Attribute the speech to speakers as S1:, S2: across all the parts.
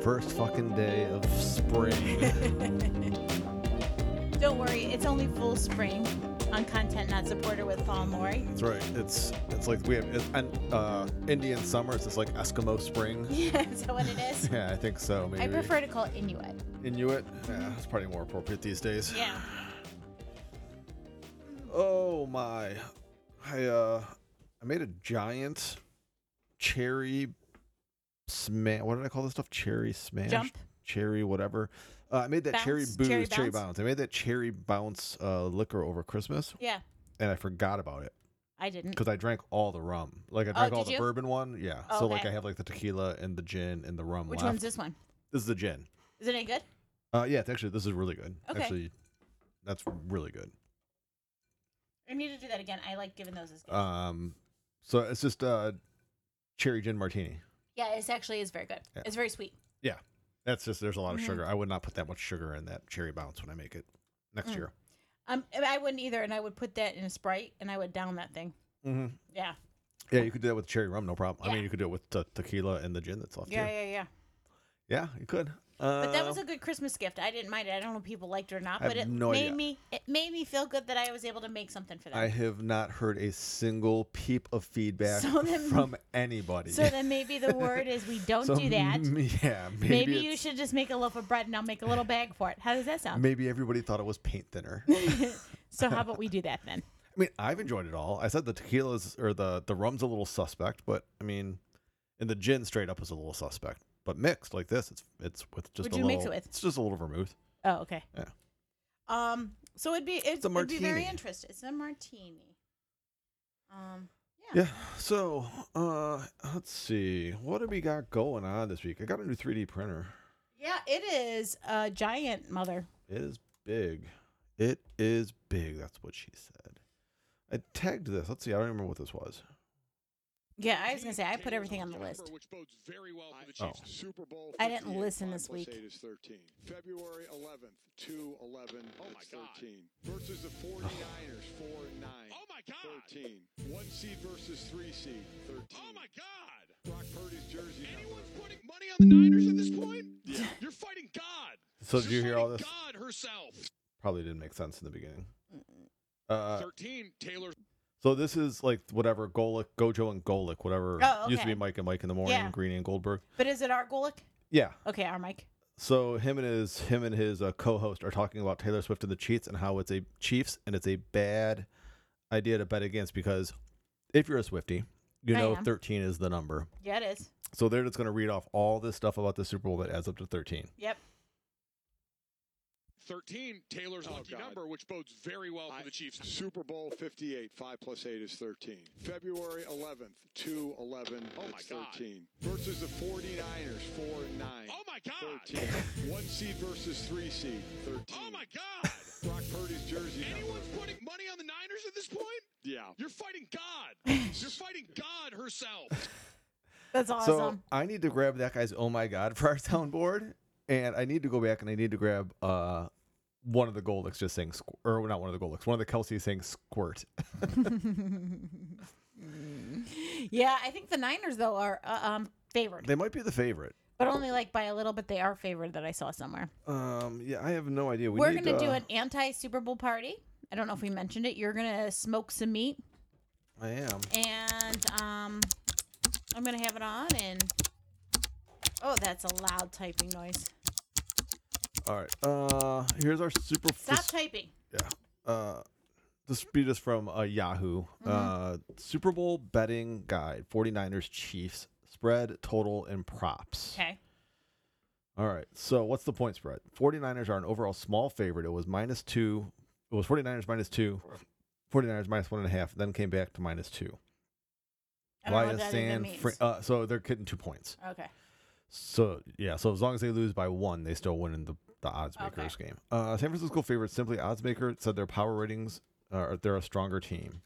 S1: First fucking day of spring.
S2: Don't worry, it's only full spring on Content Not Supporter with Paul and Lori.
S1: That's right. It's it's like we have it's, and uh, Indian summer. It's just like Eskimo spring.
S2: Yeah, is that what it is?
S1: Yeah, I think so. Maybe
S3: I prefer to call it Inuit.
S1: Inuit. Yeah, it's probably more appropriate these days.
S2: Yeah.
S1: Oh my! I uh, I made a giant cherry smash. What did I call this stuff? Cherry smash.
S2: Jump?
S1: Cherry whatever. Uh, I made that cherry
S2: Bounce?
S1: booze,
S2: Cherry
S1: cherry,
S2: bounce?
S1: bounce. I made that cherry bounce uh, liquor over Christmas,
S2: Yeah,
S1: and I forgot about it
S2: I didn't.
S1: because I drank all the rum. Like I
S2: Oh,
S1: drank all
S2: did
S1: the
S2: you?
S1: bourbon one. Yeah. So like
S2: Okay.
S1: I have like the tequila and the gin and the rum.
S2: Which
S1: left.
S2: one's this one?
S1: This is the gin.
S2: Is it any good?
S1: Uh, yeah, it's actually this is really good.
S2: Okay.
S1: Actually, that's really good.
S2: I need to do that again. I like giving those as gifts.
S3: Uh,
S1: Um, so it's just uh, cherry gin martini.
S2: yeah, it actually is very good.
S1: yeah.
S2: It's very sweet.
S1: Yeah, that's just there's a lot of
S2: Mhm.
S1: sugar. I would not put that much sugar in that cherry bounce when I make it next
S2: Mm.
S1: year.
S2: Um, and I wouldn't either, and I would put that in a Sprite, and I would down that thing.
S1: Mm-hmm.
S2: Yeah.
S1: Yeah, you could do that with cherry rum, no problem. I
S2: Yeah.
S1: mean, you could do it with te- tequila and the gin that's left.
S2: Yeah,
S1: here.
S2: yeah, yeah.
S1: yeah, you could. Uh,
S2: But that was a good Christmas gift. I didn't mind it. I don't know if people liked it or not,
S1: I
S2: but
S1: have
S2: it
S1: no
S2: made
S1: idea.
S2: me it made me feel good that I was able to make something for them.
S1: I have not heard a single peep of feedback
S2: So then-
S1: from anybody.
S2: so then maybe the word is we don't
S1: So
S2: do that.
S1: m- Yeah, maybe,
S2: Maybe you
S1: it's-
S2: should just make a loaf of bread and I'll make a little bag for it. How does that sound?
S1: Maybe everybody thought it was paint thinner.
S2: so how about we do that then?
S1: I mean, I've enjoyed it all. I said the tequila's or the the rum's a little suspect, but I mean, and the gin straight up is a little suspect. But mixed like this, it's it's with just
S2: What'd
S1: a
S2: you
S1: little.
S2: mix it with?
S1: It's just a little vermouth.
S2: Oh, okay.
S1: Yeah.
S2: Um. So it'd be it'd,
S1: a
S2: it'd be very
S1: martini.
S2: interesting. It's a martini. Um. Yeah.
S1: Yeah. So, uh, let's see. What do we got going on this week? I got a new 3D printer.
S2: Yeah. It is a giant mother.
S1: It is big. It is big. That's what she said. I tagged this. Let's see. I don't remember what this was.
S2: Yeah, I was gonna say I put everything on the list.
S4: Which bodes very well for the
S1: Oh.
S4: Chiefs. Super Bowl
S2: I didn't
S4: 58,
S2: listen
S4: five
S2: this
S4: plus
S2: week.
S4: eight is 13. February 11th, 2 11. Oh my 13. Versus the 49ers, 4 and 9. Oh my God. 13. One seed versus three seed, 13. Oh my God. Brock Purdy's jersey. Anyone's putting money on the Niners at this point? Yeah. You're fighting God.
S1: So, did you hear all this?
S4: God herself.
S1: Probably didn't make sense in the beginning.
S5: Oh,
S1: Uh,
S4: 13. Taylor.
S1: So this is like whatever Golik, Gojo and Golik, whatever
S2: Oh,
S1: used to be
S2: okay.
S1: Mike and Mike in the morning,
S2: Yeah.
S1: Greeny and Goldberg.
S2: But is it our Golik?
S1: Yeah.
S2: Okay, our Mike.
S1: So him and his him and his uh, co-host are talking about Taylor Swift and the Chiefs and how it's a Chiefs and it's a bad idea to bet against because if you're a Swifty, you
S2: I
S1: know
S2: am.
S1: 13 is the number.
S2: Yeah, it is.
S1: So they're just going to read off all this stuff about the Super Bowl that adds up to 13.
S2: Yep.
S5: 13, Taylor's lucky
S4: Oh, God.
S5: number, which bodes very well for the Chiefs.
S4: Super Bowl 58. 5 plus 8 is 13. February 11th, 2 11.
S5: Oh, my
S4: It's
S5: God.
S4: 13. Versus the 49ers, 4 and 9.
S5: Oh my God!
S4: 13. One seed versus three seed, 13.
S5: Oh my God!
S4: Brock Purdy's jersey. number.
S5: Anyone's putting money on the Niners at this point?
S4: Yeah.
S5: You're fighting God. You're fighting God herself.
S2: That's awesome.
S1: So I need to grab that guy's oh my god for our soundboard, and I need to go back and I need to grab uh one of the Goldicks just saying squ- or not one of the Goldicks, one of the Kelsey's saying squirt.
S2: yeah, I think the Niners though are uh, um favored,
S1: They might be the favorite.
S2: but only like by a little. But they are favored that I saw somewhere.
S1: Um, yeah, I have no idea. We
S2: We're
S1: need,
S2: gonna do
S1: uh,
S2: an anti Super Bowl party. I don't know if we mentioned it. You're gonna smoke some meat,
S1: I am.
S2: and um, I'm gonna have it on. And oh, that's a loud typing noise.
S1: All right. Uh, here's our super.
S2: Stop
S1: this-
S2: typing.
S1: Yeah. Uh, this beat is from uh, Yahoo.
S2: Mm-hmm.
S1: Uh, Super Bowl betting guide: 49ers, Chiefs spread, total, and props.
S2: Okay.
S1: All right. So what's the point spread? 49ers are an overall small favorite. It was minus two. It was 49ers minus two. 49ers minus one and a half. Then came back to minus two.
S2: I don't know what
S1: Via
S2: that even
S1: San
S2: means.
S1: Fran- uh, so they're getting two points.
S2: okay.
S1: So yeah, so as long as they lose by one, they still win in the, the odds makers game. Uh, San Francisco favorite simply odds maker said their power ratings are they're a stronger team.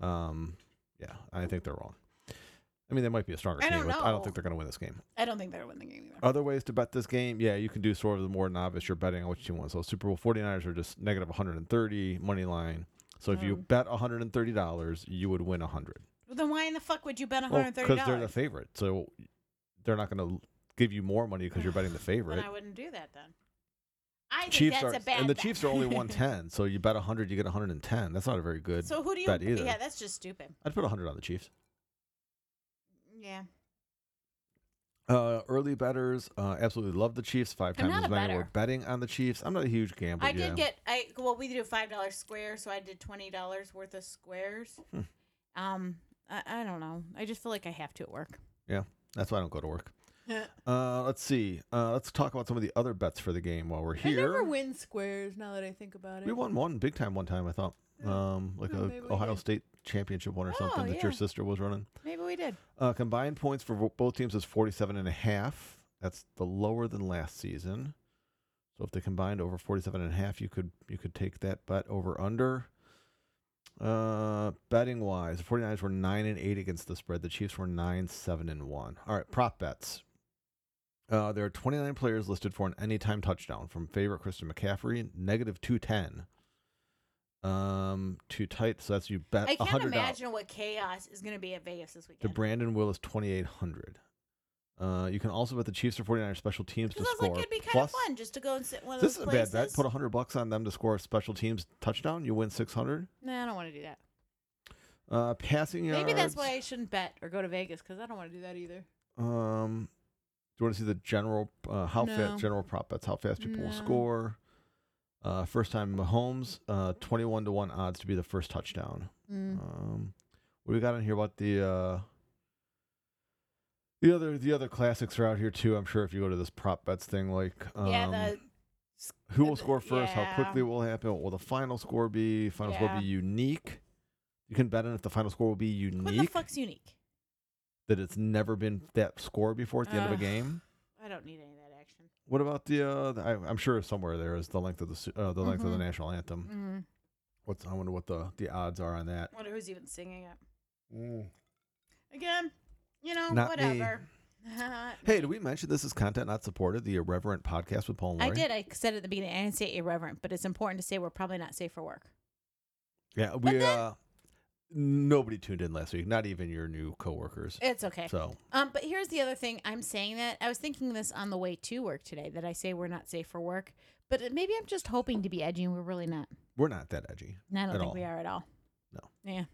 S1: Um, yeah, I think they're wrong. I mean, they might be a stronger
S2: I
S1: team,
S2: don't
S1: but I don't
S2: know.
S1: think they're going to win this game.
S2: I don't think they're winning the game either.
S1: Other ways to bet this game, yeah, you can do sort of the more novice. You're betting on which team wins. So Super Bowl 49ers are just negative 130 money line. So if you
S2: Hmm.
S1: bet 130 dollars, you would win 100.
S2: Well, then why in the fuck would you bet
S1: Well,
S2: $130?
S1: they're the favorite, so they're not going to give you more money because you're betting the
S2: But
S1: favorite.
S2: I wouldn't do that then. I think
S1: Chiefs
S2: that's
S1: are
S2: a bad
S1: and the
S2: bet.
S1: Chiefs are only 110, so you bet 100, you get 110. That's not a very good
S2: so who do you?
S1: bet either.
S2: Yeah, that's just stupid.
S1: I'd put 100 on the Chiefs.
S2: Yeah,
S1: Uh, early betters uh, absolutely love the Chiefs. Five
S2: I'm
S1: times
S2: not
S1: as
S2: a
S1: many were
S2: better.
S1: betting on the Chiefs. I'm not a huge gambler.
S2: I did
S1: yeah.
S2: get. I well, we do five dollars square, so I did twenty dollars worth of squares.
S1: Hmm.
S2: Um, I, I don't know. I just feel like I have to at work.
S1: Yeah, that's why I don't go to work. Uh, let's see. Uh, let's talk about some of the other bets for the game while we're
S3: I never
S1: here.
S3: win squares now that I think about it.
S1: We won one big time one time. I thought, um, like
S3: Yeah,
S1: a
S3: Oh. maybe we
S1: Ohio
S3: did.
S1: State championship one or something
S2: Oh,
S1: that your
S2: yeah.
S1: sister was running.
S2: Maybe we did.
S1: Uh, combined points for bo- both teams is 47 and a half. That's the lower than last season. So if they combined over 47 and a half, you could you could take that bet over under. Uh, betting wise, the 49ers were 9 and 8 against the spread. The Chiefs were 9 7 and 1. All right, prop bets. Uh, there are 29 players listed for an anytime touchdown from favorite Christian McCaffrey, negative 210. Um, too tight, so that's you bet
S2: I can't
S1: 100
S2: imagine what chaos is going to be at Vegas this
S1: to
S2: weekend.
S1: Brandon Willis 2800. Uh, you can also bet the Chiefs or 49ers special teams to
S2: Because I was
S1: score.
S2: like, it'd be kind
S1: Plus,
S2: of fun just to go and sit in one of
S1: this is
S2: those
S1: a
S2: places.
S1: bad bet. Put 100 bucks on them to score a special teams touchdown. You win 600.
S2: no, I don't want to do that.
S1: Uh, passing yards.
S2: Maybe that's why
S1: Um,
S2: I shouldn't bet or go to Vegas because I
S3: I
S2: don't.
S3: don't want to do that either.
S1: do um, you want to see the general uh, how
S3: No.
S1: fast general prop bets? How fast people will
S3: No.
S1: score. Uh, first time Mahomes, uh, 21 to one odds to be the first touchdown.
S2: Mm.
S1: Um, what do we got in here about the uh, the other the other classics are out here too. I'm sure if you go to this prop bets thing, like um,
S2: yeah, the
S1: who
S2: uh,
S1: will score first,
S2: yeah.
S1: how quickly it will happen, what will the final score be? Final score
S2: Yeah.
S1: be unique. You can bet on if the final score will be
S2: what the
S1: unique
S2: fuck's unique?
S1: that it's never been that score before at the end of a
S2: Ugh.
S1: game.
S2: I don't need any of that action.
S1: What about the? Uh, the I, I'm sure somewhere there is the length of the su- uh, the length of the
S2: Mhm.
S1: national anthem.
S2: Mm.
S1: What's I wonder what the the odds are on that.
S2: Wonder who's even singing it again. You know,
S1: Not me.
S2: whatever.
S1: Hey, did we mention this is content not supported? The irreverent podcast with Paul and
S2: I
S1: Lori?
S2: did. I said at the beginning, I didn't say irreverent, but it's important to say we're probably not safe for work.
S1: Yeah, we
S2: then-
S1: uh nobody tuned in last week, not even your new coworkers.
S2: It's okay.
S1: So
S2: Um, but here's the other thing. I'm saying that I was thinking this on the way to work today that I say we're not safe for work, but it- maybe I'm just hoping to be edgy, and we're really not.
S1: we're not that edgy.
S2: And I don't
S1: At
S2: think
S1: all.
S2: we are at all.
S1: No.
S2: Yeah.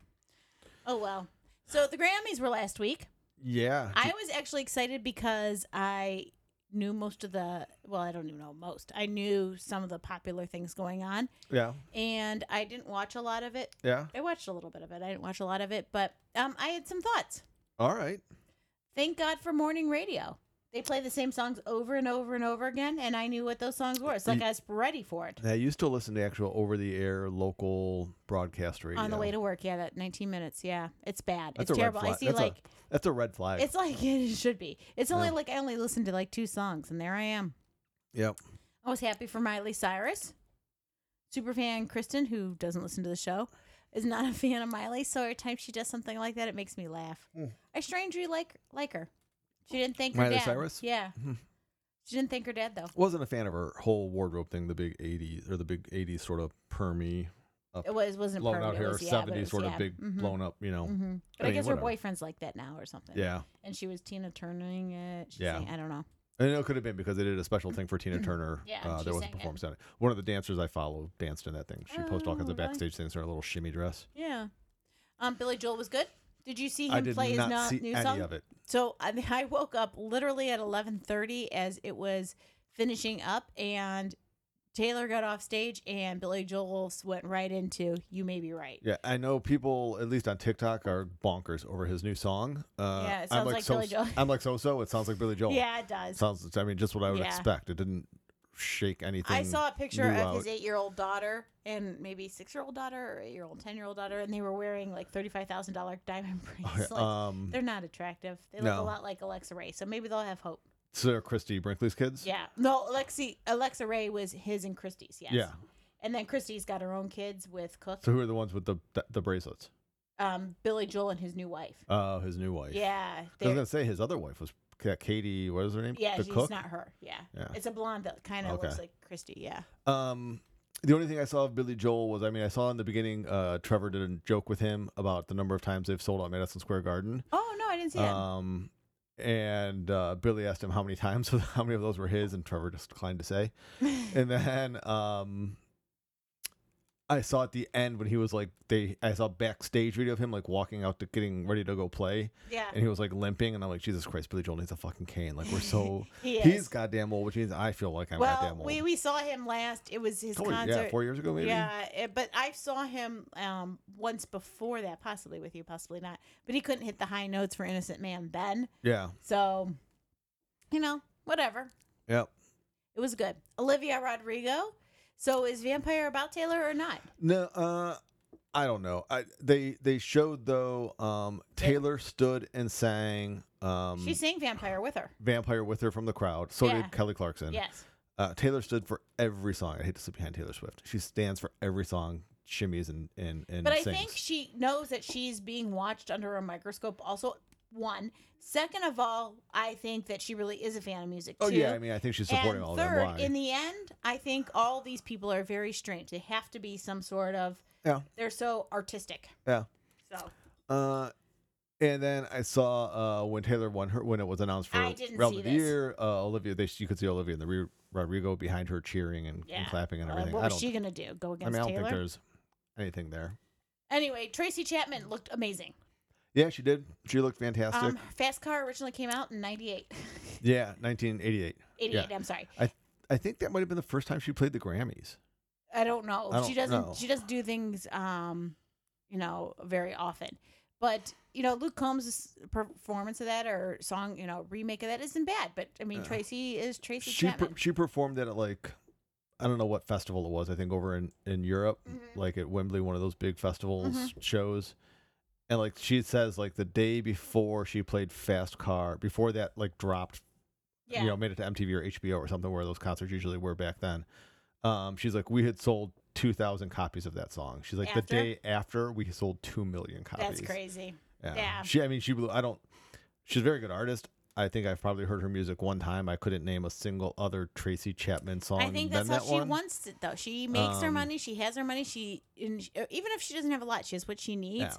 S2: Oh well. So the Grammys were last week.
S1: Yeah.
S2: I was actually excited because I knew most of the. Well, I don't even know most. I knew some of the popular things going on,
S1: yeah.
S2: and I didn't watch a lot of it.
S1: Yeah.
S2: I watched a little bit of it. I didn't watch a lot of it, but um, I had some thoughts.
S1: All right.
S2: Thank God for morning radio. They play the same songs over and over and over again, and I knew what those songs were. It's like I was ready for it
S1: Now you still listen to actual over the air local broadcast radio.
S2: on the way to work. Yeah, that 19 minutes. Yeah, it's bad.
S1: that's
S2: it's
S1: a
S2: terrible.
S1: Red flag.
S2: I see,
S1: that's
S2: like
S1: a, that's a red flag.
S2: it's like it should be. It's only
S1: Yeah.
S2: like I only listened to like two songs, and there I am.
S1: yep.
S2: I was happy for Miley Cyrus. Superfan Kristen, who doesn't listen to the show, is not a fan of Miley, so every time she does something like that, it makes me laugh. I strangely like like her. She didn't thank her
S1: Miley
S2: dad.
S1: Cyrus?
S2: Yeah. She didn't thank her dad though.
S1: Wasn't a fan of her whole wardrobe thing, the big '80s or the big '80s sort of permy
S2: It was wasn't
S1: blown
S2: permanent,
S1: out hair,
S2: it was, yeah, but it
S1: '70s
S2: was-
S1: sort of
S2: yeah.
S1: big
S2: Mhm.
S1: blown up, you know.
S2: But I,
S1: mean,
S2: guess her
S1: whatever.
S2: boyfriend's like that now or something.
S1: Yeah,
S2: And she was Tina Turning it. She
S1: Yeah.
S2: sang- I don't know.
S1: and it could have been because they did a special thing for Tina Turner.
S2: Mm-hmm. Yeah,
S1: uh,
S2: she
S1: there was a
S2: sang it.
S1: performance on it. One of the dancers I follow danced in that thing. She posted all kinds of
S2: Oh, really?
S1: backstage things in her little shimmy dress.
S2: Yeah. Um, Billy Joel was good. Did you see
S1: I
S2: him
S1: did
S2: play his
S1: not
S2: no-
S1: see
S2: new
S1: any
S2: song?
S1: of it.
S2: So I, I woke up literally at 11:30 as it was finishing up, and Taylor got off stage, and Billy Joel went right into "You May Be Right."
S1: Yeah, I know people, at least on TikTok, are bonkers over his new song. Uh,
S2: Yeah, it
S1: I'm
S2: sounds like
S1: so,
S2: Billy Joel.
S1: I'm like so so. It sounds like Billy Joel.
S2: Yeah, it does.
S1: sounds. I mean, just what I would
S2: Yeah.
S1: expect. It didn't shake anything.
S2: I saw a picture
S1: new
S2: of his
S1: out.
S2: eight-year-old daughter and maybe six-year-old daughter or eight-year-old, ten-year-old daughter, and they were wearing like thirty-five thousand dollar diamond bracelets.
S1: Oh, um,
S2: They're not attractive. They look
S1: No.
S2: a lot like Alexa Ray, so maybe they'll have hope.
S1: Sarah Christie Brinkley's kids.
S2: Yeah. No, Alexi Alexa Ray was his and Christie's. Yes.
S1: Yeah.
S2: And then Christie's got her own kids with Cook,
S1: So who are the ones with the the, the bracelets?
S2: um, Billy Joel, and his new wife.
S1: Uh, his new wife.
S2: Yeah.
S1: I was
S2: they're-
S1: gonna say his other wife was Ka- Katie. What is her name?
S2: yeah,
S1: the
S2: she's
S1: cook.
S2: not her. Yeah.
S1: Yeah.
S2: It's a blonde that kind of
S1: Okay.
S2: looks like Christie. Yeah.
S1: Um, the only thing I saw of Billy Joel was, I mean, I saw in the beginning, uh, Trevor did a joke with him about the number of times they've sold out Madison Square Garden.
S2: Oh, no, I didn't see that.
S1: Um, and uh, Billy asked him how many times, how many of those were his, and Trevor just declined to say. and then um, I saw at the end when he was like, they, I saw backstage video of him like walking out to getting ready to go play,
S2: Yeah.
S1: and he was like limping, and I'm like, Jesus Christ, Billy Joel needs a fucking cane. Like we're so,
S2: He
S1: he's
S2: is.
S1: goddamn old, which means I feel like I'm
S2: well,
S1: goddamn old.
S2: we, we saw him last. It was his
S1: Oh,
S2: concert.
S1: yeah, four years ago maybe.
S2: Yeah, it, but I saw him um, once before that, possibly with you, possibly not. But he couldn't hit the high notes for Innocent Man then.
S1: Yeah.
S2: So, you know, whatever.
S1: Yep.
S2: It was good. Olivia Rodrigo. So is Vampire about Taylor or not?
S1: No, uh, I don't know. I they they showed though. Um, Taylor stood and sang. Um,
S2: She sang Vampire with her.
S1: Vampire with her from the crowd. So
S2: Yeah.
S1: did Kelly Clarkson.
S2: Yes.
S1: Uh, Taylor stood for every song. I hate to sit behind Taylor Swift. She stands for every song, shimmies and and and
S2: But I
S1: sings.
S2: think she knows that she's being watched under a microscope. Also, one. Second of all, I think that she really is a fan of music.
S1: oh
S2: too.
S1: yeah, I mean, I think she's supporting
S2: and
S1: all
S2: third,
S1: of them. Why?
S2: in the end, I think all these people are very strange. They have to be some sort of.
S1: Yeah.
S2: They're so artistic.
S1: Yeah.
S2: So
S1: Uh, and then I saw uh, when Taylor won her when it was announced for
S2: I didn't
S1: Realm
S2: see
S1: of the
S2: this.
S1: Year. Uh, Olivia, they, you could see Olivia and the re- Rodrigo behind her cheering and, and
S2: yeah.
S1: clapping and
S2: Uh,
S1: everything.
S2: what
S1: I
S2: was
S1: don't.
S2: she gonna do? Go
S1: I
S2: against
S1: mean, I don't think
S2: Taylor?
S1: there's anything there.
S2: Anyway, Tracy Chapman looked amazing.
S1: Yeah, she did. She looked fantastic.
S2: Um, Fast Car originally came out in '98.
S1: yeah, 1988.
S2: 88. I'm sorry.
S1: I I think that might have been the first time she played the Grammys.
S2: I don't know.
S1: I
S2: she
S1: don't
S2: doesn't.
S1: know.
S2: She doesn't do things, um, you know, very often. But you know, Luke Combs' performance of that or song, you know, remake of that isn't bad. But I mean, Tracy is Tracy
S1: Uh, she per-
S2: Chapman.
S1: she performed it at like I don't know what festival it was. I think over in in Europe,
S2: Mm-hmm.
S1: like at Wembley, one of those big festivals shows. And like she says, like the day before she played Fast Car, before that like dropped,
S2: yeah.
S1: you know, made it to MTV or HBO or something where those concerts usually were back then. Um, she's like, we had sold two thousand copies of that song. She's like, the
S2: After?
S1: day after we sold two million copies.
S2: That's crazy.
S1: Yeah.
S2: Yeah.
S1: She, I mean, she blew. I don't. She's a very good artist. I think I've probably heard her music one time. I couldn't name a single other Tracy Chapman song.
S2: I think that's
S1: than
S2: how
S1: that
S2: she
S1: one.
S2: wants it, though. She makes her
S1: Um,
S2: money. She has her money. She, and she even if she doesn't have a lot, she has what she needs.
S1: Yeah.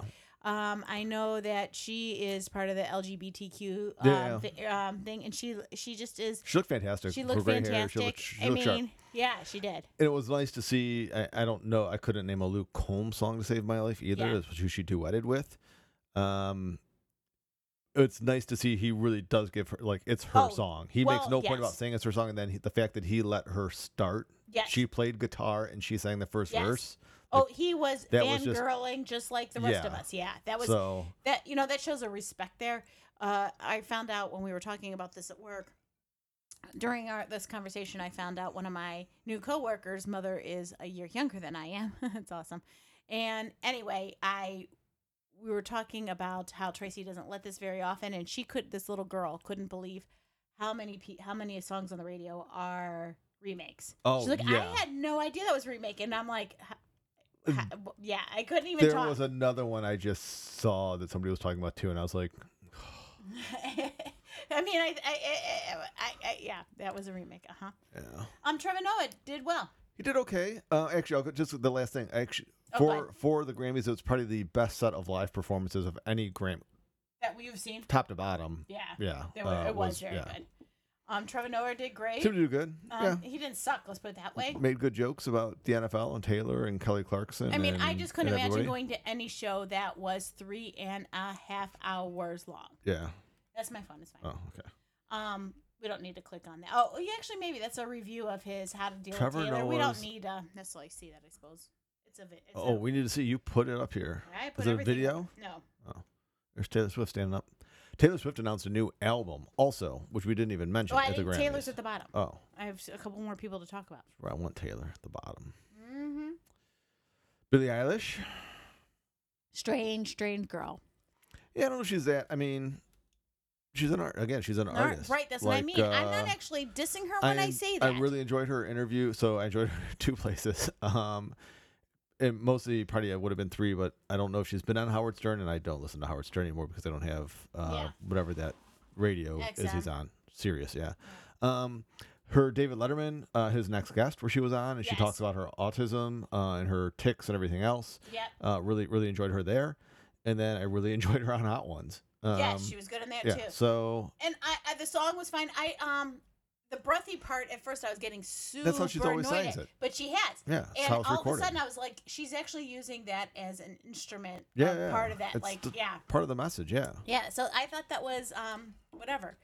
S2: Um, I know that she is part of the LGBTQ um,
S1: Yeah.
S2: thi- um, thing, and she she just is.
S1: She looked fantastic.
S2: She
S1: Her
S2: looked
S1: gray hair,
S2: fantastic.
S1: she looked, she
S2: I
S1: looked
S2: mean,
S1: sharp.
S2: yeah, she did.
S1: And it was nice to see. I, I don't know. I couldn't name a Luke Combs song to save my life either.
S2: Yeah.
S1: That's who she duetted with. Um, it's nice to see he really does give her like it's her
S2: Oh,
S1: song. He makes
S2: well,
S1: no point about
S2: yes.
S1: saying it's her song, and then he, the fact that he let her start.
S2: Yes.
S1: She played guitar and she sang the first
S2: Yes.
S1: verse.
S2: oh, he was
S1: that was just-
S2: fangirling just, like the rest of
S1: Yeah.
S2: us. Yeah, that was
S1: so
S2: that. You know, that shows a respect there. Uh, I found out when we were talking about this at work. During our this conversation, I found out one of my new coworkers' mother is a year younger than I am. it's awesome. And anyway, I we were talking about how Tracy doesn't let this very often, and she could this little girl couldn't believe how many pe- how many songs on the radio are remakes.
S1: Oh,
S2: She's like,
S1: yeah.
S2: I had no idea that was remake, and I'm like, "H- h- yeah, I couldn't even
S1: there
S2: talk.
S1: was another one I just saw that somebody was talking about too, and I was like,
S2: I mean, I, I, I, I, I, yeah, that was a remake. Uh huh.
S1: yeah.
S2: Um, Trevor Noah did well.
S1: he did okay. Uh, actually, I'll go, just the last thing. Actually,
S2: Oh,
S1: for
S2: fine.
S1: for the Grammys, it was probably the best set of live performances of any Grammy,
S2: That we've seen.
S1: top to bottom.
S2: Yeah.
S1: Yeah,
S2: There were,
S1: uh,
S2: it was, very
S1: yeah.
S2: good. Um, Trevor Noah did great.
S1: Seemed to do good.
S2: Um, He didn't suck. Let's put it that way.
S1: yeah, made good jokes about the NFL and Taylor and Kelly Clarkson.
S2: I mean, I
S1: and-
S2: just couldn't
S1: and
S2: imagine
S1: everybody.
S2: going to any show that was three and a half hours long.
S1: Yeah.
S2: That's my phone. It's fine.
S1: Oh, okay.
S2: Um, we don't need to click on that. Oh, yeah, actually, maybe that's a review of his How to Deal
S1: Trevor
S2: with Taylor. We don't
S1: Noah's-
S2: need to necessarily see that, I suppose. It's a vi- it's a-
S1: Oh, we need to see you put it up here.
S2: I
S1: Is
S2: put
S1: it a
S2: everything-
S1: video?
S2: No.
S1: There's Taylor Swift standing up. Taylor Swift announced a new album, also, which we didn't even mention
S2: Oh, I
S1: at the
S2: think
S1: Grammys.
S2: Taylor's at the bottom.
S1: oh,
S2: I have s- a couple more people to talk about.
S1: where I want Taylor at the bottom.
S2: Mm-hmm.
S1: Billie Eilish.
S2: Strange, strange girl.
S1: Yeah, I don't know if she's that. I mean, she's an art again. She's an
S2: All right,
S1: artist,
S2: right, that's what I
S1: Like,
S2: mean. I'm
S1: uh,
S2: not actually dissing her when I,
S1: en-
S2: say that.
S1: I really enjoyed her interview. So I enjoyed her two places. Um, and mostly probably it would have been three, but I don't know if she's been on Howard Stern, and I don't listen to Howard Stern anymore because I don't have uh,
S2: Yeah.
S1: whatever that radio is
S2: XM.
S1: he's on. Serious, yeah. Um, her David Letterman, uh, his next guest, where she was on, and she
S2: Yes.
S1: talks about her autism uh, and her tics and everything else.
S2: yep.
S1: Uh, really, really enjoyed her there. And then I really enjoyed her on Hot Ones. Um,
S2: yes, she was good in that
S1: yeah.
S2: too.
S1: So
S2: and I, I, the song was fine. I um, the breathy part at first I was getting super.
S1: how she's always
S2: annoyed
S1: sings
S2: at,
S1: it.
S2: But she has.
S1: yeah, that's
S2: And
S1: how it's
S2: all of
S1: recorded.
S2: a sudden, I was like, "She's actually using that as an instrument, a
S1: yeah, yeah,
S2: part of that,
S1: it's
S2: like,
S1: the-
S2: yeah,
S1: part of the message. Yeah,
S2: yeah." So I thought that was um, whatever,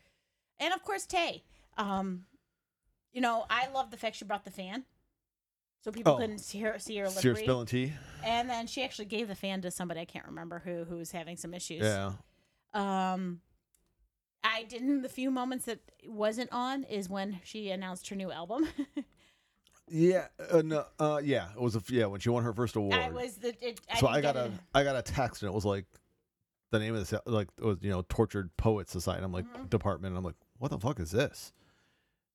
S2: and of course Tay, um, you know, I love the fact she brought the fan, so people
S1: Oh.
S2: couldn't see her see her lip
S1: Sears
S2: read.
S1: spilling tea.
S2: and then she actually gave the fan to somebody I can't remember who who was having some issues.
S1: Yeah,
S2: Um, I didn't. The few moments that it wasn't on is when she announced her new album.
S1: yeah, uh, no, uh, yeah. It was a f- yeah when she won her first award.
S2: I was the. It, I
S1: so
S2: didn't
S1: I got
S2: get
S1: a
S2: it.
S1: I got a text and it was like the name of this like it was you know tortured poet society. I'm like
S2: Mm-hmm.
S1: department. And I'm like what the fuck is this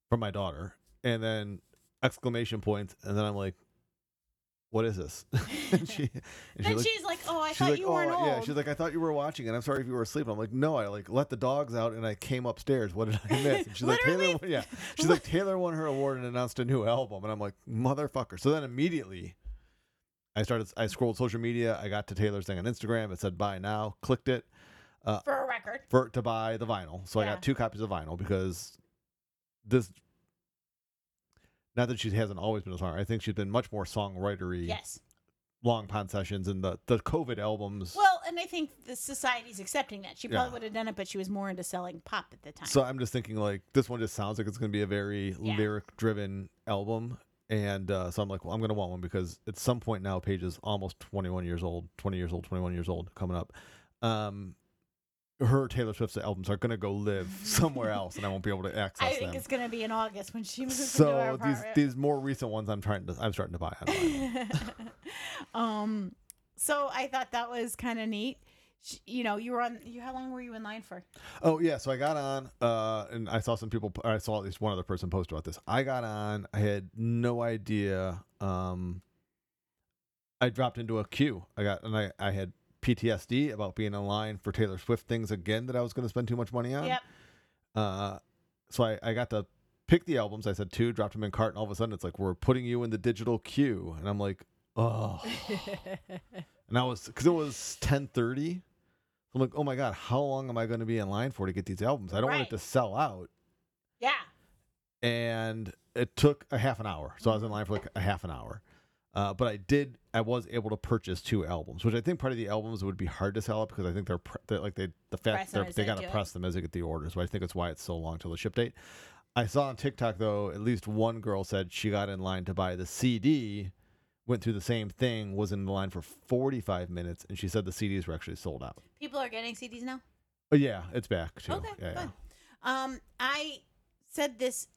S1: from my daughter? And then exclamation points and then I'm like what is this? and she and she
S2: Then
S1: looked-
S2: she's like, "Oh, I
S1: she's
S2: thought
S1: like,
S2: you
S1: oh,
S2: weren't old."
S1: yeah. She's like, I thought you were watching, and I'm sorry if you were asleep. I'm like, no, I like let the dogs out, and I came upstairs. What did I miss? And she's like, Taylor,
S2: Literally.
S1: won, yeah. She's like, Taylor won her award and announced a new album, and I'm like, motherfucker. So then immediately, I started. I scrolled social media. I got to Taylor's thing on Instagram. It said buy now. Clicked it
S2: for a record.
S1: for to buy the vinyl. So I
S2: Yeah.
S1: got two copies of vinyl because this. Not that she hasn't always been a songwriter. I think she's been much more songwritery.
S2: Yes.
S1: Long pond sessions and the the COVID albums.
S2: Well, and I think the society's accepting that. She probably
S1: Yeah.
S2: would have done it, but she was more into selling pop at the time.
S1: So I'm just thinking like this one just sounds like it's going to be a very
S2: Yeah.
S1: lyric driven album. And uh, so I'm like, well, I'm going to want one because at some point now, Paige is almost 21 years old, 20 years old, 21 years old coming up. Um, her Taylor Swift's albums are going to go live somewhere else and I won't be able to access
S2: I think
S1: them.
S2: it's gonna be in August when she moves into our
S1: so these,
S2: apartment.
S1: these more recent ones I'm trying to, I'm starting to buy. On vinyl.
S2: um, so I thought that was kind of neat. She, you know, you were on. You how long were you in line for?
S1: Oh yeah, so I got on, uh, and I saw some people. I saw at least one other person post about this. I got on. I had no idea. Um, I dropped into a queue. I got, and I, I had PTSD about being in line for Taylor Swift things again that I was going to spend too much money on.
S2: Yep.
S1: Uh, so I, I got to pick the albums. I said two, dropped them in cart, and all of a sudden it's like we're putting you in the digital queue, and I'm like, oh. and I was because it was ten thirty. I'm like, oh my god, how long am I going to be in line for to get these albums? I don't want
S2: Right.
S1: it to sell out.
S2: Yeah.
S1: And it took a half an hour, so I was in line for like a half an hour. Uh, but I did, I was able to purchase two albums, which I think part of the albums would be hard to sell out because I think they're, pre- they're like they the
S2: Press
S1: fact
S2: them
S1: they're,
S2: as
S1: they
S2: they
S1: got
S2: do
S1: to
S2: it.
S1: press them as they get the order. So I think that's why it's so long till the ship date. I saw on TikTok though, at least one girl said she got in line to buy the CD, went through the same thing, was in the line for 45 minutes, and she said the CDs were actually sold out.
S2: People are getting CDs now.
S1: Oh, yeah, it's back too.
S2: Okay,
S1: yeah, yeah.
S2: fun. Um, I said this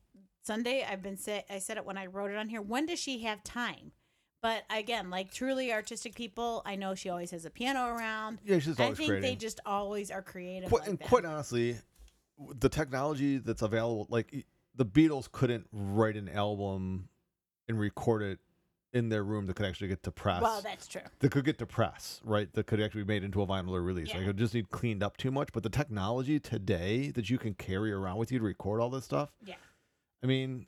S2: Sunday. I've been say I said it when I wrote it on here. When does she have time? But again, like truly artistic people, I know she always has a piano around.
S1: Yeah, she's
S2: I
S1: always
S2: think
S1: creating.
S2: they just always are creative.
S1: Quite,
S2: like
S1: and
S2: that.
S1: quite honestly, w- the technology that's available, like y- the Beatles couldn't write an album and record it in their room that could actually get to press.
S2: Well, that's true.
S1: that could get to press, right? That could actually be made into a vinyl or release. Like
S2: Yeah.
S1: it just need cleaned up too much. But the technology today that you can carry around with you to record all this stuff.
S2: Yeah.
S1: I mean,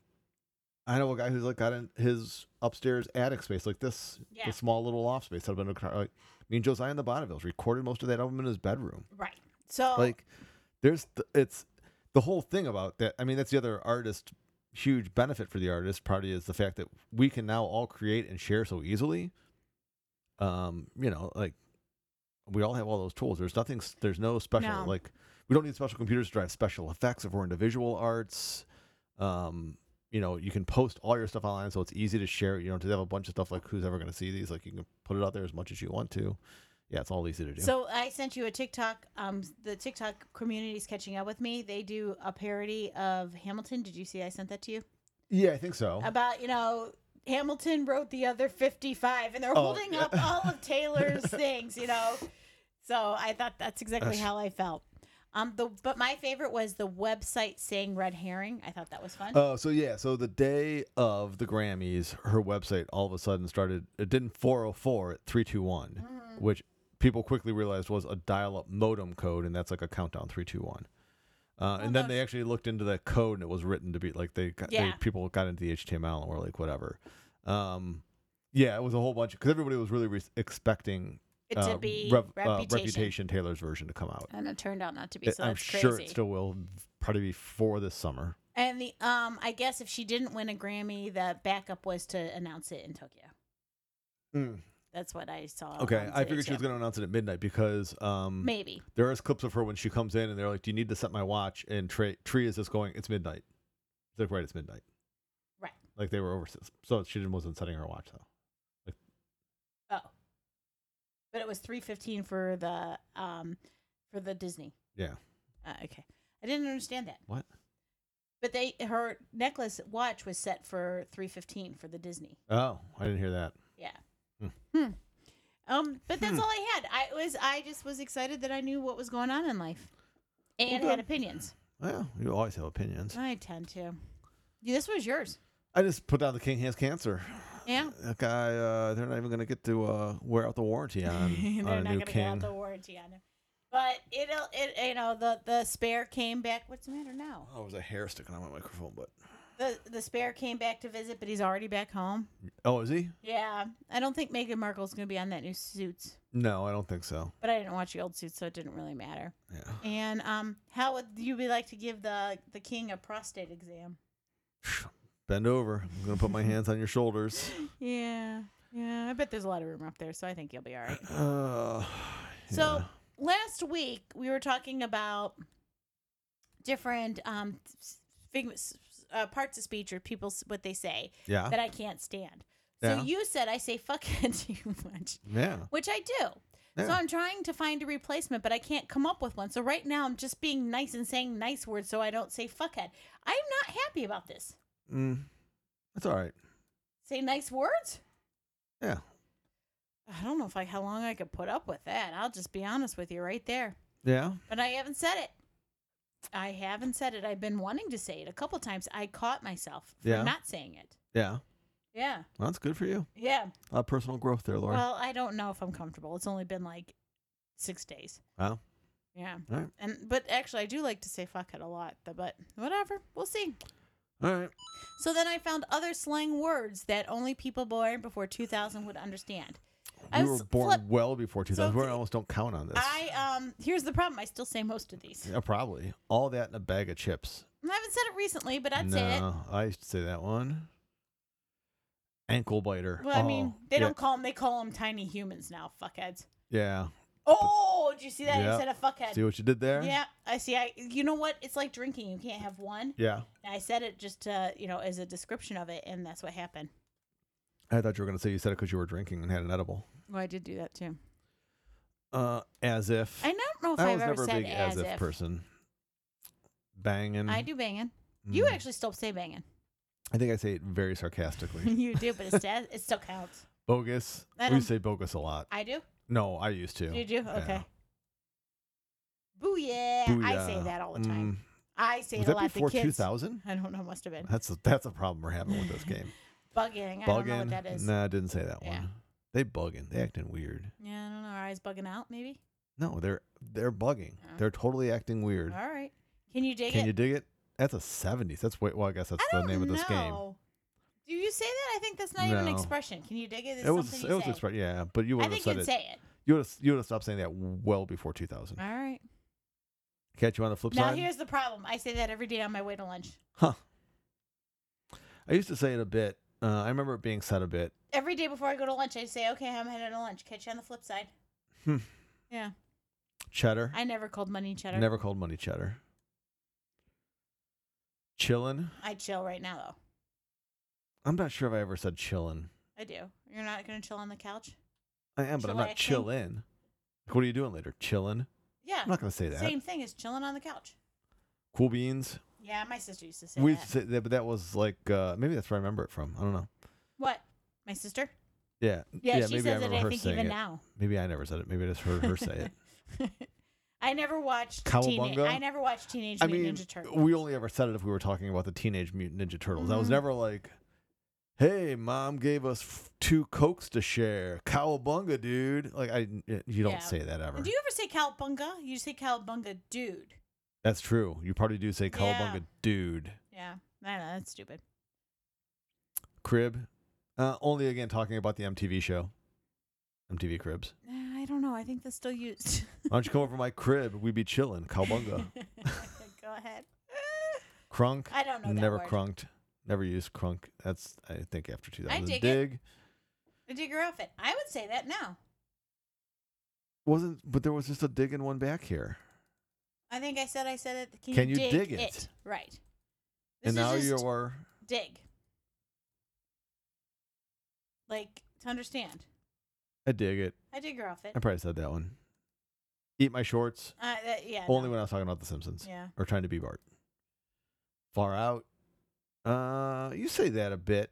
S1: I know a guy who's like got in his upstairs attic space like this,
S2: Yeah.
S1: the small little loft space. I've been like me and Josiah and the Bonnevilles recorded most of that album in his bedroom
S2: Right. So
S1: like there's th- it's the whole thing about that i mean that's the other artist huge benefit for the artist probably is the fact that we can now all create and share so easily um you know like we all have all those tools there's nothing s- there's no special
S2: No.
S1: like we don't need special computers to drive special effects if we're into visual arts um you know you can post all your stuff online so it's easy to share you know to have a bunch of stuff like who's ever going to see these like you can put it out there as much as you want to yeah it's all easy to do
S2: So I sent you a TikTok. Um, the TikTok community's catching up with me. They do a parody of Hamilton. Did you see? I sent that to you
S1: yeah i think so
S2: about you know Hamilton wrote the other fifty-five, and they're
S1: Oh,
S2: holding
S1: yeah.
S2: up all of Taylor's things. You know, so I thought that's exactly
S1: That's-
S2: how I felt. Um, the but my favorite was the website saying red herring. I thought that was fun.
S1: Oh, so yeah, so the day of the Grammys, her website all of a sudden started. It didn't 404 at 321,
S2: Mm-hmm.
S1: which people quickly realized was a dial-up modem code, and that's like a countdown 321. Uh, and then they actually looked into that code, and it was written to be like they, got, they
S2: Yeah.
S1: people got into the HTML and were like whatever. Um, yeah, it was a whole bunch because everybody was really re- expecting
S2: it to be
S1: Rev- uh,
S2: reputation.
S1: reputation Taylor's version to come out.
S2: and it turned out not to be. So
S1: I'm
S2: that's
S1: sure
S2: crazy.
S1: it still will, probably before this summer.
S2: and the um, I guess if she didn't win a Grammy, the backup was to announce it in Tokyo. That's what I saw.
S1: Okay,
S2: on
S1: I
S2: today's
S1: figured she was
S2: show.
S1: going to announce it at midnight because um,
S2: Maybe.
S1: there is clips of her when she comes in and they're like, "Do you need to set my watch?" And Trey, Tree is just going, "It's midnight." It's like, right, it's midnight.
S2: Right.
S1: Like they were over, so she didn't wasn't setting her watch though.
S2: Oh. But it was 315 for the um for the Disney.
S1: Yeah.
S2: Uh, okay. I didn't understand that.
S1: What?
S2: But they her necklace watch was set for 315 for the Disney.
S1: Oh, I didn't hear that.
S2: Yeah.
S1: Hmm.
S2: Hmm. Um but that's all I had. I was I just was excited that I knew what was going on in life. And
S1: Well
S2: had
S1: done.
S2: opinions.
S1: Well, you always have opinions.
S2: I tend to. Yeah, This was yours.
S1: I just put down the king has cancer.
S2: Yeah.
S1: That guy, uh, they're not even going to get to uh, wear out the warranty on,
S2: They're
S1: on a
S2: not
S1: new
S2: gonna get out
S1: king.
S2: the warranty on him. But it'll it you know, the the spare came back. What's the matter now?
S1: Oh, it was a hair sticking on my microphone, but
S2: The the spare came back to visit, but he's already back home.
S1: oh, is he?
S2: Yeah, I don't think Meghan Markle's gonna be on that new Suits,
S1: No, I don't think so.
S2: but I didn't watch the old Suits, so it didn't really matter.
S1: Yeah.
S2: And um, how would you be like to give the the king a prostate exam?
S1: Bend over. I'm going to put my hands on your shoulders.
S2: Yeah, yeah. I bet there's a lot of room up there, so I think you'll be all right.
S1: Uh,
S2: So last week we were talking about different um s- figments uh, parts of speech or people's what they say
S1: yeah.
S2: that I can't stand.
S1: Ah. Yeah.
S2: So you said I say fuck too much.
S1: Yeah.
S2: which I do. So
S1: Yeah.
S2: I'm trying to find a replacement, but I can't come up with one. So right now I'm just being nice and saying nice words so I don't say fuckhead. I'm not happy about this.
S1: Mm, that's all right.
S2: Say nice words?
S1: Yeah.
S2: I don't know if I how long I could put up with that. I'll just be honest with you right there.
S1: Yeah.
S2: But I haven't said it. I haven't said it. I've been wanting to say it a couple times. I caught myself for
S1: Yeah.
S2: not saying it.
S1: Yeah.
S2: Yeah.
S1: Well, that's good for you.
S2: Yeah.
S1: A lot of personal growth there, Laura.
S2: Well, I don't know if I'm comfortable. It's only been like six days.
S1: Wow.
S2: Yeah.
S1: Alright.
S2: And but actually, I do like to say fuck it a lot. th- But whatever, we'll see.
S1: all right.
S2: So then I found other slang words that only people born before 2000 would understand. I
S1: You were
S2: was
S1: born
S2: flip-
S1: well before 2000.
S2: So
S1: we
S2: t-
S1: almost don't count on this.
S2: I um here's the problem. I still say most of these.
S1: yeah, probably. All that in a bag of chips.
S2: I haven't said it recently, but I'd
S1: no,
S2: say it.
S1: I used to say that one. Ankle biter.
S2: Well, I
S1: Oh,
S2: mean, they
S1: yeah,
S2: don't call them. They call them tiny humans now. Fuckheads.
S1: Yeah.
S2: Oh, did you see that?
S1: Yeah.
S2: I said a fuckhead.
S1: See what you did there?
S2: Yeah, I see. I you know what? It's like drinking. You can't have one.
S1: Yeah.
S2: I said it just to, you know as a description of it, and that's what happened.
S1: I thought you were going to say you said it because you were drinking and had an edible.
S2: Well, I did do that too.
S1: Uh, as if.
S2: I don't know if
S1: I
S2: I've
S1: was
S2: ever
S1: never a
S2: said
S1: big
S2: as, if.
S1: person. Banging.
S2: I do banging. You
S1: Mm.
S2: actually still say banging.
S1: I think I say it very sarcastically.
S2: you do, but it says it still counts.
S1: bogus.
S2: I
S1: We
S2: don't-
S1: say bogus a lot.
S2: I do.
S1: No, I used to.
S2: You do.
S1: Yeah.
S2: Okay. Booyah. I say
S1: Booyah.
S2: that all the time.
S1: uh, Mm.
S2: I say
S1: Was
S2: it a
S1: that
S2: lot
S1: before
S2: to
S1: two
S2: kids.
S1: thousand?
S2: I don't know. Must have been
S1: That's a, that's a problem we're having with this game.
S2: bugging. I don't know
S1: bugging?
S2: what that is.
S1: Nah, I didn't say that
S2: Yeah.
S1: one. They bugging. They acting weird.
S2: Yeah, I don't know. Our eyes bugging out. Maybe.
S1: No, they're they're bugging.
S2: Yeah.
S1: They're totally acting
S2: Oh. All
S1: weird.
S2: right. Can you dig
S1: Can
S2: it?
S1: you dig it? That's a seventies. That's wait. Well, I guess that's
S2: I
S1: the
S2: don't
S1: name of this game.
S2: know. Do you say that? I think that's not even an
S1: No.
S2: expression. Can you dig it? It's
S1: it was
S2: something
S1: it
S2: you
S1: was
S2: say.
S1: expre- yeah, but you
S2: I
S1: would have
S2: think
S1: said
S2: you'd
S1: it.
S2: say it.
S1: you would have you would have stopped saying that well before two thousand.
S2: All right.
S1: Catch you on the flip
S2: Now
S1: side.
S2: here's the problem. I say that every day on my way to lunch.
S1: I used to say it a bit. Uh, I remember it being said a bit.
S2: every day before I go to lunch, I say, "Okay, I'm headed to lunch. Catch you on the flip side."
S1: Hmm.
S2: Yeah,
S1: Cheddar.
S2: I never called money cheddar.
S1: Never called money cheddar. Chillin.
S2: I chill right now though.
S1: I'm not sure if I ever said chillin.
S2: I do. You're not gonna chill on the couch.
S1: I am, but I'm not
S2: Chillaxing?
S1: chillin. Like, what are you doing later? Chillin.
S2: Yeah,
S1: I'm not gonna say that.
S2: same thing as chilling on the couch.
S1: Cool beans.
S2: Yeah, my sister used to say
S1: we
S2: that.
S1: used to say that, but that was like uh, maybe that's where I remember it from. I don't know.
S2: what? My sister?
S1: Yeah.
S2: Yeah, she
S1: maybe I
S2: says it.
S1: remember
S2: I
S1: her
S2: think
S1: saying
S2: even
S1: it.
S2: now.
S1: Maybe I never said it. Maybe I just heard her say it.
S2: I never watched. Teenage,
S1: Cowabunga?
S2: I never watched Teenage
S1: I
S2: Mutant
S1: mean,
S2: Ninja Turtles. Mm-hmm.
S1: we only ever said it if we were talking about the Teenage Mutant Ninja Turtles. I was never like, "Hey, mom gave us f- two cokes to share, cowabunga, dude." Like I, you don't
S2: Yeah.
S1: say that ever.
S2: Do you ever say cowabunga? You say cowabunga, dude.
S1: That's true. You probably do say cowabunga,
S2: Yeah.
S1: dude.
S2: Yeah, I know that's stupid.
S1: Crib. Uh, only again talking about the MTV show, MTV Cribs.
S2: Uh, I I don't know. I think that's still used.
S1: Why don't you come over to my crib? We'd be chilling. Cowbunga.
S2: Go ahead.
S1: Crunk.
S2: I don't know. That
S1: Never
S2: word.
S1: crunked. Never used crunk. That's I think after 2000.
S2: dig it.
S1: dig.
S2: I dig your outfit. I would say that now.
S1: Wasn't but there was just a dig in one back here.
S2: I think I said I said it. Can,
S1: Can
S2: you,
S1: you dig it?
S2: Right. This
S1: and now
S2: is
S1: you
S2: just
S1: are
S2: dig. Like to understand.
S1: I dig it.
S2: I dig your outfit.
S1: I probably said that one. Eat my shorts.
S2: Uh, that, yeah.
S1: Only
S2: no.
S1: when I was talking about The Simpsons.
S2: Yeah.
S1: Or trying to be Bart. Far out. Uh you say that a bit.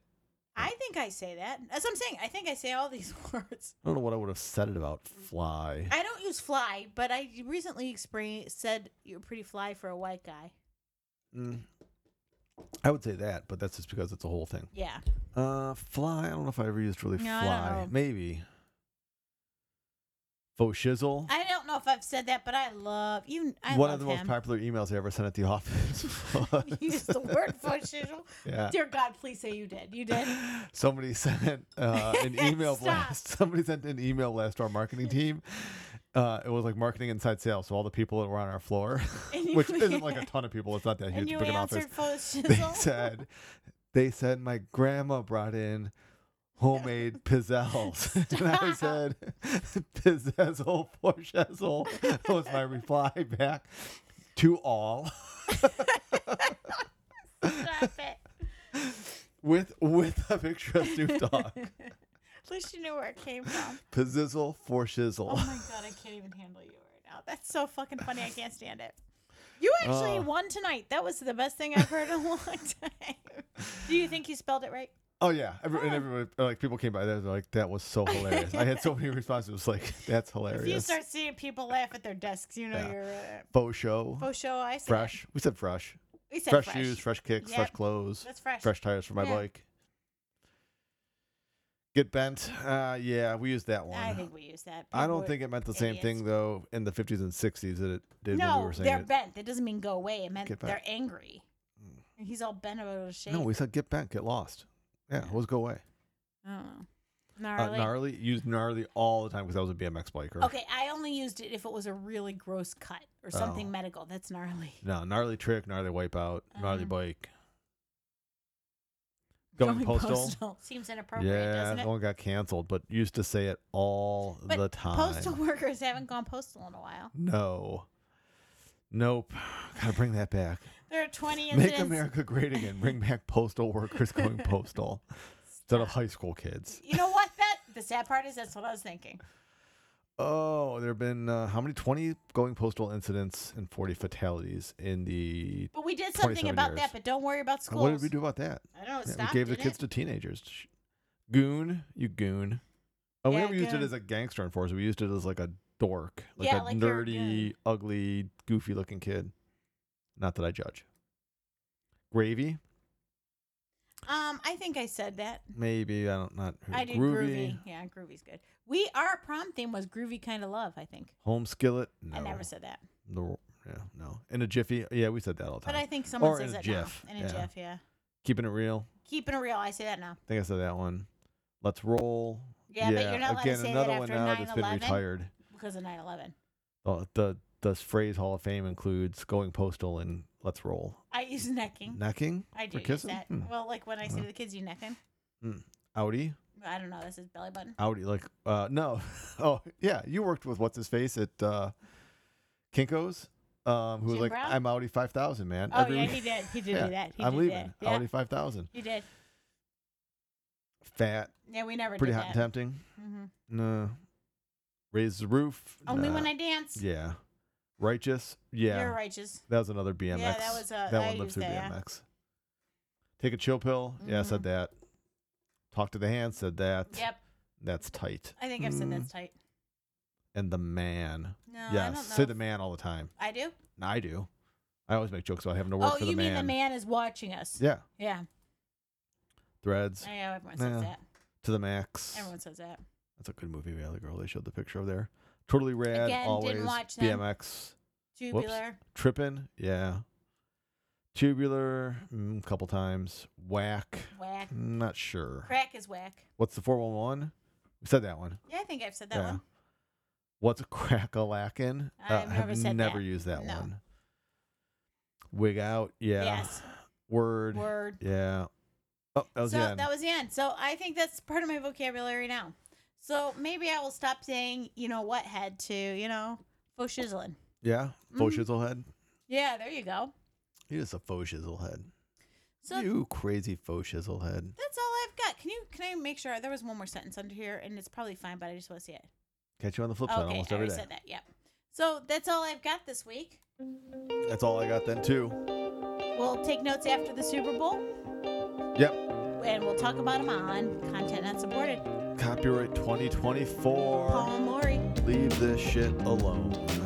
S2: I think I say that. That's what I'm saying. I think I say all these words.
S1: I don't know what I would have said it about. Fly.
S2: Mm. I don't use fly, but I recently expre- said you're pretty fly for a white guy.
S1: Mm. I would say that, but that's just because it's a whole thing.
S2: Yeah.
S1: Uh, fly. I don't know if I ever used really
S2: No, I don't
S1: fly.
S2: know.
S1: Maybe. Faux shizzle.
S2: I don't know if I've said that, but I love even. I
S1: One
S2: love
S1: of the most
S2: him.
S1: popular emails I ever sent at the office. was-
S2: Use the word functional.
S1: yeah.
S2: Dear God, please say you did. You did.
S1: Somebody sent uh, an email
S2: Stop.
S1: blast. Somebody sent an email blast to our marketing team. Uh, it was like marketing inside sales, so all the people that were on our floor,
S2: And you-
S1: which isn't like a ton of people. It's not that
S2: And
S1: huge.
S2: you
S1: big an office.
S2: answered full of
S1: they
S2: shizzle.
S1: said they said my grandma brought in homemade pizzelles and i
S2: Stop.
S1: said pizzezzle for shizzle was my reply back to all
S2: Stop it.
S1: with with a picture of snoop dogg
S2: At least you knew where it came from.
S1: pizzizzle for
S2: Oh
S1: shizzle
S2: my god, I can't even handle you right now. That's so fucking funny. I can't stand it. You actually
S1: Uh.
S2: won tonight. That was the best thing I've heard in a long time. Do you think you spelled it right?
S1: oh yeah Every,
S2: Ah.
S1: and everybody like people came by there they're like that was so hilarious i had so many responses it was like that's
S2: If you
S1: hilarious
S2: start seeing people laugh at their desks, you know
S1: Yeah.
S2: you're uh,
S1: faux show
S2: faux show. I said it.
S1: fresh we said fresh
S2: We said
S1: fresh, shoes fresh kicks fresh
S2: Yep.
S1: clothes
S2: That's fresh.
S1: fresh tires for my
S2: Yeah.
S1: bike. Get bent. Uh, yeah, we used that one.
S2: I think we use that.
S1: I
S2: People
S1: don't
S2: were-
S1: think it meant the same
S2: idiots.
S1: thing though in the 50s and 60s that it did when we
S2: No,
S1: were saying
S2: they're
S1: it.
S2: bent. That doesn't mean go away. It meant
S1: Get back. Hmm.
S2: they're angry. He's all bent out of shape.
S1: No, we said get bent, get lost. Yeah, it was go away.
S2: I don't know.
S1: Uh,
S2: Gnarly.
S1: gnarly used gnarly all the time because I was a BMX biker.
S2: Okay, I only used it if it was a really gross cut or something
S1: Oh.
S2: medical. That's gnarly.
S1: No, gnarly trick, gnarly wipeout, gnarly
S2: Uh-huh.
S1: bike. Going, postal.
S2: seems inappropriate,
S1: Yeah, oh
S2: doesn't
S1: that
S2: it?
S1: one got canceled, but used to say it all
S2: But
S1: the time.
S2: Postal workers haven't gone postal in a while.
S1: No. Nope. Gotta bring that back.
S2: There are 20
S1: Make
S2: incidents.
S1: America great again. Bring back postal workers going postal instead of high school kids.
S2: You know what? That the sad part is that's what I was thinking.
S1: Oh, there have been uh, how many? 20 going postal incidents and 40 fatalities in the.
S2: But we did something
S1: 27
S2: about
S1: years.
S2: that. But don't worry about schools.
S1: What did we do about that?
S2: I don't know. It
S1: Yeah,
S2: stopped,
S1: we gave the
S2: didn't
S1: kids
S2: it?
S1: to teenagers. Sh- Goon, you goon. Oh, we
S2: Yeah,
S1: never used
S2: goon.
S1: it as a gangster enforcer. We used it as like a dork, like
S2: Yeah,
S1: a
S2: like you're a
S1: nerdy, ugly, goofy looking kid. Not that I judge. Gravy,
S2: Um, I think I said that.
S1: maybe I don't not
S2: I did groovy. Yeah, groovy's good. We our prom theme was groovy kind of love. I think
S1: Home skillet, no,
S2: I never said that,
S1: no, yeah, no. In a jiffy, yeah, we said that all the time.
S2: but I think someone
S1: Or in
S2: says
S1: a
S2: it
S1: GIF,
S2: now. In a
S1: yeah.
S2: GIF, yeah.
S1: Keeping it real,
S2: Keeping it real, I say that now.
S1: I think I said that one. Let's roll.
S2: Yeah, but you're not allowed to
S1: again
S2: say that
S1: another one
S2: after
S1: now that's been
S2: 9/11.
S1: retired.
S2: because of 9-11
S1: Oh, the the phrase Hall of Fame includes going postal and let's roll.
S2: i use necking
S1: Necking?
S2: i do
S1: For
S2: use
S1: kissing?
S2: that
S1: Hmm.
S2: well like when i see
S1: Well.
S2: the kids you necking
S1: Audi?
S2: i don't know this is belly button
S1: Audi, like, uh, no. Oh, yeah. You worked with what's his face at uh, Kinko's, um, who was
S2: Jim
S1: like,
S2: Brown?
S1: I'm Audi 5000, man.
S2: oh
S1: Every
S2: yeah
S1: week-
S2: he did he did
S1: Yeah,
S2: do that he
S1: I'm
S2: did
S1: leaving.
S2: that. yeah
S1: Audi 5000.
S2: you did
S1: Fat,
S2: yeah we never
S1: pretty
S2: did
S1: hot and
S2: that
S1: tempting.
S2: Mhm.
S1: No. Raise the roof.
S2: only
S1: Nah.
S2: when i dance
S1: Yeah. Righteous. Yeah.
S2: you're righteous
S1: That was another BMX.
S2: that was, uh,
S1: that
S2: I
S1: one lived
S2: used
S1: through
S2: that, yeah. Mm-hmm.
S1: BMX. Take a chill pill. Yeah, I said that. Talk to the hand. Said that.
S2: yep
S1: That's tight.
S2: i think i've said
S1: Mm.
S2: that's tight
S1: And the man.
S2: no Uh, i
S1: yes.
S2: don't know
S1: Say
S2: if-
S1: the man all the time.
S2: i do
S1: And I do. I always make jokes about having to work
S2: oh
S1: for
S2: you
S1: the
S2: mean
S1: man.
S2: the man is watching us
S1: Yeah.
S2: yeah
S1: Threads
S2: i know everyone says
S1: Yeah.
S2: that
S1: to the max.
S2: everyone says that
S1: That's a good movie. Valley Girl. They showed the picture of there. Totally rad.
S2: Again, didn't
S1: always
S2: watch them.
S1: BMX.
S2: tubular
S1: Tripping. Yeah. Tubular. Mm, couple times. Whack.
S2: whack
S1: Not sure.
S2: crack is whack
S1: What's the 411? We said that one.
S2: yeah i think i've said that
S1: yeah.
S2: one
S1: What's crack a lackin'?
S2: I've never said
S1: never
S2: that.
S1: used that
S2: No.
S1: one. Wig out, yeah.
S2: Yes.
S1: Word,
S2: Word.
S1: yeah. Oh, that was
S2: so
S1: the end.
S2: that was the end. So I think that's part of my vocabulary now. So maybe I will stop saying, you know what, head to, you know, faux shizzling.
S1: yeah, faux
S2: Mm-hmm.
S1: shizzle head.
S2: Yeah, there you go.
S1: He is a faux shizzle head.
S2: So
S1: you crazy faux shizzle head.
S2: that's all I've got. Can you can I make sure there was one more sentence under here and it's probably fine, but I just want to see it.
S1: Catch you on the flip side
S2: Okay,
S1: almost
S2: I
S1: every
S2: already
S1: day.
S2: said that. Yeah. So that's all I've got this week.
S1: That's all I got then too.
S2: We'll take notes after the Super Bowl
S1: Yep.
S2: and we'll talk about them on Content Not Supported.
S1: Copyright 2024.
S2: Paul Mori.
S1: Leave this shit alone.